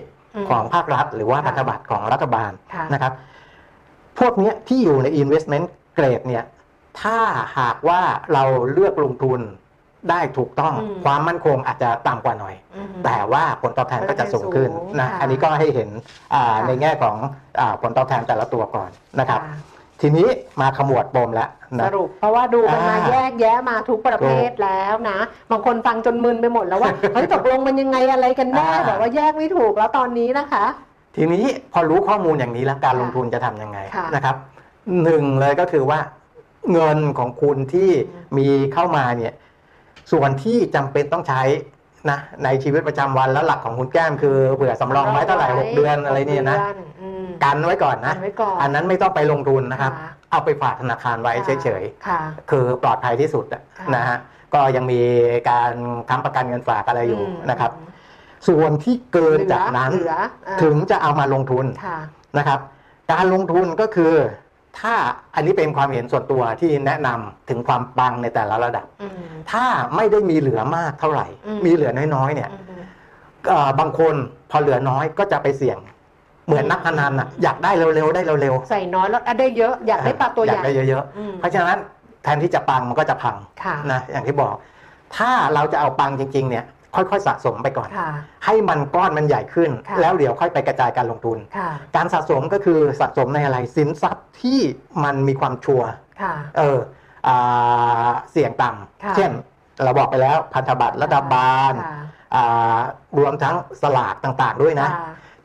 Speaker 2: ม
Speaker 3: ของภาครัฐหรือว่า
Speaker 2: ค่ะ
Speaker 3: พันธบัตรของรัฐบาล
Speaker 2: ค่ะ
Speaker 3: นะครับ พวกเนี้ยที่อยู่ใน investment grade เนี่ย ถ้าหากว่าเราเลือกลงทุนได้ถูกต้อง
Speaker 2: อืม
Speaker 3: ความมั่นคงอาจจะต่ำกว่าหน่อย
Speaker 2: อืม
Speaker 3: แต่ว่าผลตอบแทนก็จะสูงขึ้น
Speaker 2: สูง
Speaker 3: นะ
Speaker 2: ค่ะ
Speaker 3: อันนี้ก็ให้เห็นอ่า
Speaker 2: ค่ะ
Speaker 3: ในแง่ของอาผลตอบแทนแต่ละตัวก่อนนะครับ
Speaker 2: ค่ะ
Speaker 3: ทีนี้มาขมวดปมแล้ว
Speaker 2: ส
Speaker 3: นะ
Speaker 2: รุปเพราะว่าดูกันมา
Speaker 3: อ่า
Speaker 2: แยกแยะมาทุกประเภทแล้วนะ บางคนฟังจนมึนไปหมด แล้วว่า เฮ้ยตกลงมันยังไงอะไรกันแน่
Speaker 3: อ่า
Speaker 2: แบบว่าแยกไม่ถูกแล้วตอนนี้นะคะ
Speaker 3: ทีนี้พอรู้ข้อมูลอย่างนี้แล้วการ
Speaker 2: ค่ะ
Speaker 3: ลงทุนจะทำยังไง
Speaker 2: ค่ะ
Speaker 3: นะครับหนึ่งเลยก็คือว่าเงินของคุณที่มีเข้ามาเนี่ยส่วนที่จำเป็นต้องใช้นะในชีวิตประจำวันแล้วหลักของคุณแก้มคือเผื่อสำรองไว้เท่าไหร่หกเดือนอะไรเนี่ยนะ
Speaker 2: อืม
Speaker 3: กันไว้ก่อนนะ
Speaker 2: กันไว้ก่อน
Speaker 3: อันนั้นไม่ต้องไปลงทุนนะครับ
Speaker 2: ะ
Speaker 3: เอาไปฝากธนาคารไว้เฉย
Speaker 2: ค่ะ
Speaker 3: ๆ คือปลอดภัยที่สุดอะ
Speaker 2: ค่ะ
Speaker 3: นะฮะก็ยังมีการค้ำประกันเงินฝากอะไรอยู่
Speaker 2: ม
Speaker 3: นะครับ ส่วนที่เกินจากนั้น
Speaker 2: เหลือเหลืออ่า
Speaker 3: ถึงจะเอามาลงทุน
Speaker 2: ค่ะ
Speaker 3: นะครับการลงทุนก็คือถ้าอันนี้เป็นความเห็นส่วนตัวที่แนะนำถึงความปังในแต่ละระดับ
Speaker 2: อืม
Speaker 3: ถ้าไม่ได้มีเหลือมากเท่าไหร่
Speaker 2: อืม
Speaker 3: มีเหลือน้อยๆเนี่ย
Speaker 2: อืม
Speaker 3: เอ่อบางคนพอเหลือน้อยก็จะไปเสี่ยง เหมือนนักพนันน่ะอยากได้เร็วๆได้เร็ว
Speaker 2: ใส่น้อยแล้วอ่ะได้เยอะ
Speaker 3: ๆ
Speaker 2: อยากได้ปลาตัวใหญ่
Speaker 3: อยากได้เยอะ
Speaker 2: อืม
Speaker 3: ๆ เพราะฉะนั้นแทนที่จะปังมันก็จะพัง
Speaker 2: ค่ะ
Speaker 3: นะอย่างที่บอก ถ้าเราจะเอาปังจริงๆเนี่ยค่อยๆสะสมไปก่อน
Speaker 2: ค่ะ
Speaker 3: ให้มันก้อนมันใหญ่ขึ้น
Speaker 2: ค่ะ
Speaker 3: แล้วเดี๋ยวค่อยไปกระจายการลงทุน
Speaker 2: ค่ะ
Speaker 3: การสะสมก็คือสะสมในอะไรสินทรัพย์ที่มันมีความชัวร์
Speaker 2: ค่ะ
Speaker 3: เอออ่าเสี่ยงต่
Speaker 2: ค่ะ
Speaker 3: ำเช่น เราบอกไปแล้วพันธบัตรรัฐบาล
Speaker 2: ค่ะ
Speaker 3: อ่ารวมทั้งสลากต่างๆด้วยนะ
Speaker 2: ค่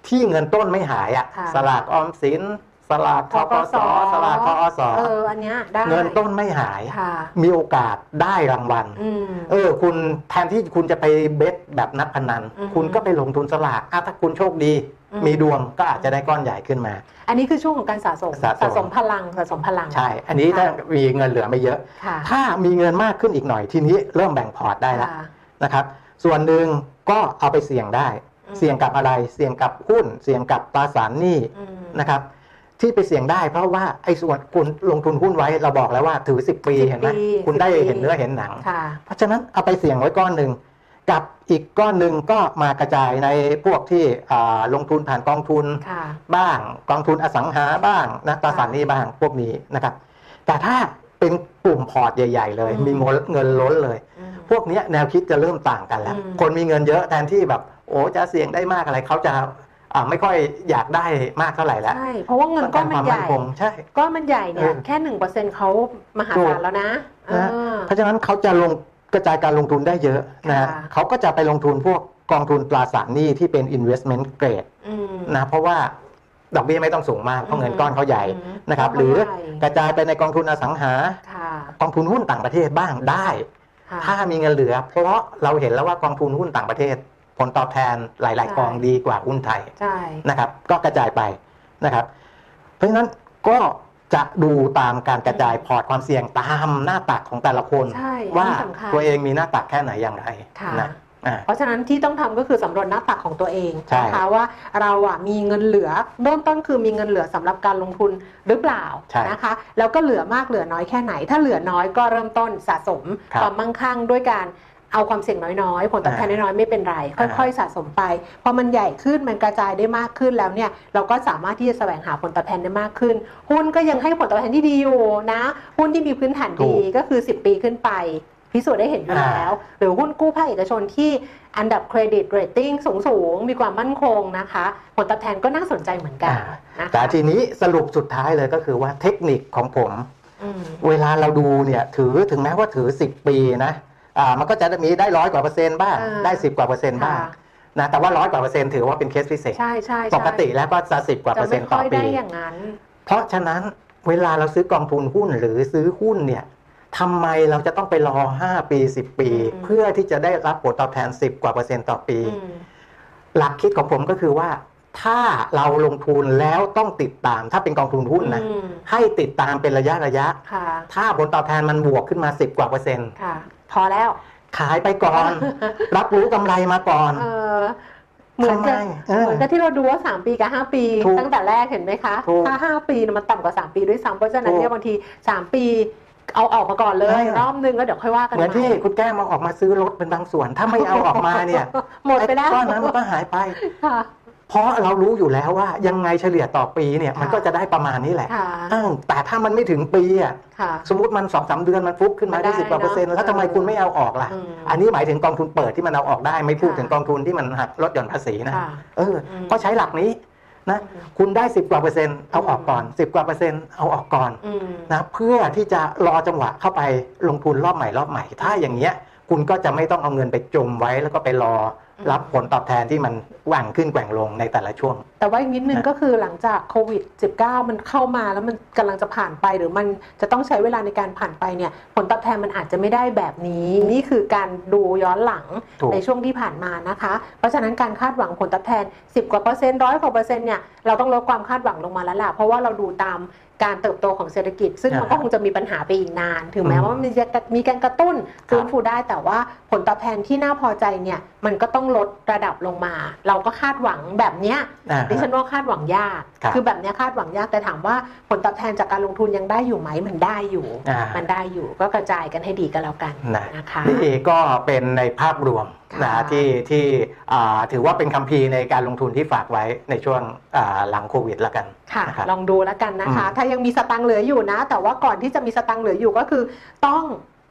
Speaker 3: ที่เงินต้นไม่หายอะ
Speaker 2: ค่ะ
Speaker 3: สลากออมสิน สลากทกส
Speaker 2: ทกส
Speaker 3: สลากทอส
Speaker 2: เอออันเนี้ยได้
Speaker 3: เงินต้นไม่หาย
Speaker 2: ค่ะ
Speaker 3: มีโอกาสได้รางวัล
Speaker 2: อืม
Speaker 3: เออคุณแทนที่คุณจะไปเบสแบบนักพนัน
Speaker 2: อืม
Speaker 3: คุณก็ไปลงทุนสลากอ่ะถ้าคุณโชคดี
Speaker 2: อืม
Speaker 3: มีดวงก็อาจจะได้ก้อนใหญ่ขึ้นมา
Speaker 2: อันนี้คือช่วงของการสะสม
Speaker 3: สะสม
Speaker 2: มพลังสะสมพลัง
Speaker 3: ใช่ อันนี้ถ้ามีเงินเหลือไม่เยอะ
Speaker 2: ค่ะ
Speaker 3: ถ้ามีเงินมากขึ้นอีกหน่อยทีนี้เริ่มแบ่งพอร์ตได้แล้ว
Speaker 2: ค่ะ
Speaker 3: นะครับ ส่วนหนึ่งก็เอาไปเสี่ยงได้
Speaker 2: อืม
Speaker 3: เสี่ยงกับอะไร เสี่ยงกับหุ้น เสี่ยงกับตราสารหนี้
Speaker 2: อืม
Speaker 3: นะครับ ที่ไปเสี่ยงได้เพราะว่าไอ้ส่วนคุณลงทุนหุ้นไว้เราบอกแล้วว่าถือ 10 ปีเห็นไหม
Speaker 2: สิบปี
Speaker 3: คุณ
Speaker 2: สิบ
Speaker 3: ได้
Speaker 2: ปี
Speaker 3: เห็นเนื้อเห็นหนัง
Speaker 2: ค่ะ
Speaker 3: เพราะฉะนั้นเอาไปเสี่ยงไว้ก้อนหนึ่งกับอีกก้อนหนึ่งก็มากระจายในพวกที่อ่าลงทุนผ่านกองทุน
Speaker 2: ค่ะ
Speaker 3: บ้างกองทุนอสังหาบ้างนะตราสารหนี้บ้างพวกนี้นะครับ แต่ถ้าเป็นกลุ่มพอร์ตใหญ่ๆ เลย
Speaker 2: อืม
Speaker 3: มีเงินล้นเลย
Speaker 2: อืม
Speaker 3: พวกเนี้ยแนวคิดจะเริ่มต่างกันแล้ว
Speaker 2: อืม
Speaker 3: คนมีเงินเยอะแทนที่แบบ โอ้จะเสี่ยงได้มากอะไรเขาจะอ่าไม่ค่อยอยากได้มากเท่าไหร่แล้ว
Speaker 2: ใช่ เพราะว่าเงินก้อนมัน
Speaker 3: ต้อง
Speaker 2: ให
Speaker 3: การ
Speaker 2: ญ่
Speaker 3: ความมั่นคงใช่
Speaker 2: ก้อนมันใหญ่เนี่ย
Speaker 3: เออ
Speaker 2: แค่หนึ่งเปอร์เซ็นต์เขามหา
Speaker 3: ถูก
Speaker 2: ศาลแล้วนะเอ
Speaker 3: นะ
Speaker 2: อ
Speaker 3: เพราะฉะนั้นเขาจะลงกระจายการลงทุนได้เยอะนะ
Speaker 2: ค่ะ
Speaker 3: เขาก็จะไปลงทุนพวกกองทุนตราสารหนี้ที่เป็น investment grade
Speaker 2: อืม
Speaker 3: นะเพราะว่าดอกเบี้ยไม่ต้องสูงมากเพราะเงินก้อนเขาใหญ่
Speaker 2: อืม
Speaker 3: นะครับ
Speaker 2: เพ
Speaker 3: หรื
Speaker 2: ราะ
Speaker 3: อ
Speaker 2: เขาใหญ่
Speaker 3: กระจายไปในกองทุนอสังหา
Speaker 2: ค่ะ
Speaker 3: กองทุนหุ้นต่างประเทศบ้างได้
Speaker 2: ค่ะ
Speaker 3: ถ้ามีเงินเหลือ เพราะเราเห็นแล้วว่ากองทุนหุ้นต่างประเทศ ผลตอบแทนหลาย
Speaker 2: ใช่
Speaker 3: ๆ กองดีกว่าหุ้นไทย
Speaker 2: ใช่
Speaker 3: นะครับ ก็กระจายไปนะครับ เพราะฉะนั้นก็จะดูตามการกระจายพอร์ตความเสี่ยงตามหน้าตักของแต่ละคน
Speaker 2: ใช่
Speaker 3: ว่า
Speaker 2: อันนี้สำคัญ
Speaker 3: ตัวเองมีหน้าตักแค่ไหนอย่างไร
Speaker 2: ค่ะ
Speaker 3: นะอ่า
Speaker 2: เพราะฉะนั้นที่ต้องทำก็คือสำรวจหน้าตักของตัวเอง
Speaker 3: ใช่
Speaker 2: นะคะว่าเราอ่ะมีเงินเหลือเริ่มต้นคือมีเงินเหลือสำหรับการลงทุนหรือเปล่า
Speaker 3: ใช่
Speaker 2: นะคะ แล้วก็เหลือมากเหลือน้อยแค่ไหน ถ้าเหลือน้อยก็เริ่มต้นสะสม
Speaker 3: ครับ
Speaker 2: ความมั่งคั่งด้วยการเอาความเสี่ยงน้อยๆ ผลตอบแทนน้อยๆไม่เป็นไร
Speaker 3: อ่า
Speaker 2: ค่อยๆ สะสมไปพอมันใหญ่ขึ้นมันกระจายได้มากขึ้นแล้วเนี่ยเราก็สามารถที่จะแสวงหาผลตอบแทนได้มากขึ้นหุ้นก็ยังให้ผลตอบแทนที่ดีอยู่นะหุ้นที่มีพื้นฐานดีก็คือ 10 ปีขึ้นไป พิสูจน์ได้เห็นอยู่แล้ว หรือหุ้นกู้ภาคเอกชนที่อันดับเครดิตเรตติ้งสูงสูงๆ มีความมั่นคงนะคะ ผลตอบแทนก็น่าสนใจเหมือนกันนะคะ
Speaker 3: แต่ทีนี้สรุปสุดท้ายเลยก็คือว่าเทคนิคของผม
Speaker 2: อืม
Speaker 3: เวลาเราดูเนี่ยถือถึงแม้ว่าถือ 10 ปีนะอ่ามันก็จะมีได้ร้อยกว่าเปอร์เซ็นต์บ้าง
Speaker 2: อ่า
Speaker 3: ได้ 10 กว่าเปอร์เซ็นต์บ้าง
Speaker 2: ค่ะ
Speaker 3: นะแต่ว่าร้อยกว่าเปอร์เซ็นต์ถือว่าเป็นเคสพิเศษ
Speaker 2: ใช่ใช่ใช่
Speaker 3: ปกติแล้วก็จะสิบกว่าเปอ
Speaker 2: จะ
Speaker 3: ร์เซ็
Speaker 2: ไม่
Speaker 3: นต์
Speaker 2: ค่
Speaker 3: ต่อ
Speaker 2: อย
Speaker 3: ปี
Speaker 2: ได้อย่างนั้น
Speaker 3: เพราะฉะนั้นเวลาเราซื้อกองทุนหุ้นหรือซื้อหุ้นเนี่ยทำไมเราจะต้องไปรอ 5 ปี 10 ปี
Speaker 2: อืม
Speaker 3: เพื่อที่จะได้รับผลตอบแทน 10 กว่าเปอร์เซ็นต์ต่อปี
Speaker 2: อืม
Speaker 3: หลักคิดของผมก็คือว่า ถ้าเราลงทุนแล้วต้องติดตาม ถ้าเป็นกองทุนหุ้นนะ
Speaker 2: อืม
Speaker 3: ให้ติดตามเป็นระยะระยะ
Speaker 2: ค่ะ
Speaker 3: ถ้าผลตอบแทนมันบวกขึ้นมา 10 กว่าเปอร์เซ็นต์
Speaker 2: ค่ะ พอแล้ว
Speaker 3: ขายไปก่อน รับรู้กำไรมาก่อน
Speaker 2: เออเหมือนกับ
Speaker 3: ทำไมเออ
Speaker 2: เหมือนกับที่เราดูว่าสามปีกับห้าปี
Speaker 3: ถูก
Speaker 2: ตั้งแต่แรกเห็นไหมคะ
Speaker 3: ถูก
Speaker 2: ถ้าห้าปีน่ะมันต่ำกว่าสามปีด้วยซ้ำเพราะฉะนั้นเนี่
Speaker 3: ถู
Speaker 2: ย
Speaker 3: ก
Speaker 2: บางทีสามปีเอาออกมาก่อนเลย
Speaker 3: ใช่
Speaker 2: รอบนึงแล้วเดี๋ยวค่อยว่ากัน
Speaker 3: เหมือนที่
Speaker 2: ให
Speaker 3: คุณแก้มเอาออกมาซื้อรถเป็นบางส่วน ถ้าไม่เอาออกมาเนี่ย
Speaker 2: หมดไปแล้ว
Speaker 3: อ้ก้อนนั้นมันก็หายไป
Speaker 2: ค่ะ
Speaker 3: เพราะเรารู้อยู่แล้วว่ายังไงเฉลี่ยต่อปีเนี่ย
Speaker 2: ค่ะ
Speaker 3: มันก็จะได้ประมาณนี้แหละ
Speaker 2: ค่ะ
Speaker 3: อ้าวแต่ถ้ามันไม่ถึงปีอ่ะ
Speaker 2: ค่ะ
Speaker 3: สมมติมันสองสามเดือนมันฟุบขึ้นมา
Speaker 2: มั
Speaker 3: ได้
Speaker 2: นได้
Speaker 3: สิบกว่าเปอร์เซ็นต์
Speaker 2: เนอะ
Speaker 3: แล้วทำไมคุณไม่เอาออกล่ะ
Speaker 2: อืม
Speaker 3: อันนี้หมายถึงกองทุนเปิดที่มันเอาออกได้ ไม่พูด
Speaker 2: ค่ะ
Speaker 3: ถึงกองทุนที่มันหักลดหย่อนภาษีนะ
Speaker 2: ค่ะ
Speaker 3: เอออ
Speaker 2: ม
Speaker 3: ก็ใช้หลักนี้นะ
Speaker 2: อืม
Speaker 3: คุณได้สิบกว่าเปอร์เซ็นต์เอาออกก่อน
Speaker 2: อืม
Speaker 3: สิบกว่าเปอร์เซ็นต์เอาออกก่อน
Speaker 2: อืม
Speaker 3: นะเพื่อที่จะรอจังหวะเข้าไปลงทุนรอบใหม่รอบใหม่ ถ้าอย่างเงี้ย คุณก็จะไม่ต้องเอาเงินไปจมไว้ แล้วก็ไปรออ
Speaker 2: ม
Speaker 3: รับผลตอบแทนที่มันหว่างขึ้นแกว่งลงในแต่ละช่วง
Speaker 2: แต่ว่าอีกนิดนึง
Speaker 3: นะ
Speaker 2: ก็คือหลังจากโควิด -19 มันเข้ามาแล้วมันกำลังจะผ่านไป หรือมันจะต้องใช้เวลาในการผ่านไปเนี่ย ผลตอบแทนมันอาจจะไม่ได้แบบนี้ นี่คือการดูย้อนหลัง
Speaker 3: ถูก
Speaker 2: ในช่วงที่ผ่านมานะคะ เพราะฉะนั้นการคาดหวังผลตอบแทน 10 กว่าเปอร์เซ็นต์ร้อยกว่าเปอร์เซ็นต์เนี่ยเราต้องลดความคาดหวังลงมาแล้วล่ะเพราะว่าเราดูตามการเติบโตของเศรษฐกิจ ซึ่งมันก็
Speaker 3: อ่า
Speaker 2: คงจะมีปัญหาไปอีกนาน ถึงแม้
Speaker 3: อืม
Speaker 2: ว่ามันจะมีการกระตุ้น
Speaker 3: ครั
Speaker 2: ฟื้
Speaker 3: บ
Speaker 2: นฟูได้แต่ว่าผลตอบแทนที่น่าพอใจเนี่ยมันก็ต้องลดระดับลงมา เราก็คาดหวังแบบเนี้ย
Speaker 3: อ่า
Speaker 2: ดิฉันว่าคาดหวังยาก
Speaker 3: ครับ
Speaker 2: คือแบบเนี้ยคาดหวังยาก แต่ถามว่าผลตอบแทนจากการลงทุนยังได้อยู่ไหม มันได้อยู่
Speaker 3: อ่า
Speaker 2: มันได้อยู่ ก็กระจายกันให้ดีกันแล้วกัน
Speaker 3: นะ
Speaker 2: นะคะ
Speaker 3: นี่เองก็เป็นในภาพรวมนะ
Speaker 2: ค่ะ
Speaker 3: ที่ที่อ่าถือว่าเป็นคัมภีร์ในการลงทุนที่ฝากไว้ในช่วงอ่าหลังโควิดแล้วกัน
Speaker 2: ค่ะ
Speaker 3: นะครับ
Speaker 2: ลองดูแล้วกันนะคะ
Speaker 3: อืม
Speaker 2: ถ้ายังมีสตังค์เหลืออยู่นะ แต่ว่าก่อนที่จะมีสตังค์เหลืออยู่ก็คือต้อง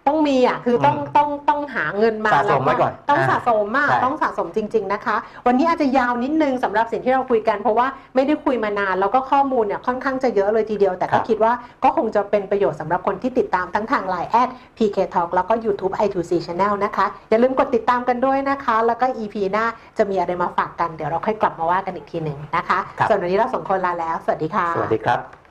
Speaker 2: ต้องมีอ่ะ คือต้อง
Speaker 3: อืม
Speaker 2: ต้องต้องหาเงินมา
Speaker 3: สะสมไว้ก่อน
Speaker 2: แล้วต้อง
Speaker 3: อ่า
Speaker 2: สะสมมาก
Speaker 3: ใช่
Speaker 2: ต้องสะสมจริง ๆนะคะ วันนี้อาจจะยาวนิดนึงสำหรับสิ่งที่เราคุยกัน เพราะว่าไม่ได้คุยมานานแล้วก็ข้อมูลเนี่ยค่อนข้างจะเยอะเลยทีเดียว แต่
Speaker 3: ครั
Speaker 2: ก็
Speaker 3: บ
Speaker 2: คิดว่าก็คงจะเป็นประโยชน์สำหรับคนที่ติดตามทั้งทาง Line แอด PK Talk แล้วก็ YouTube I2C Channel นะคะ อย่าลืมกดติดตามกันด้วยนะคะ แล้วก็ EP หน้าจะมีอะไรมาฝากกันเดี๋ยวเราค่อยกลับมาว่ากันอีกทีหนึ่งนะคะ
Speaker 3: ครับ
Speaker 2: ส่วนวันนี้เราสองคนลาแล้ว สวัสดีค่ะ
Speaker 3: สวัสดีครับ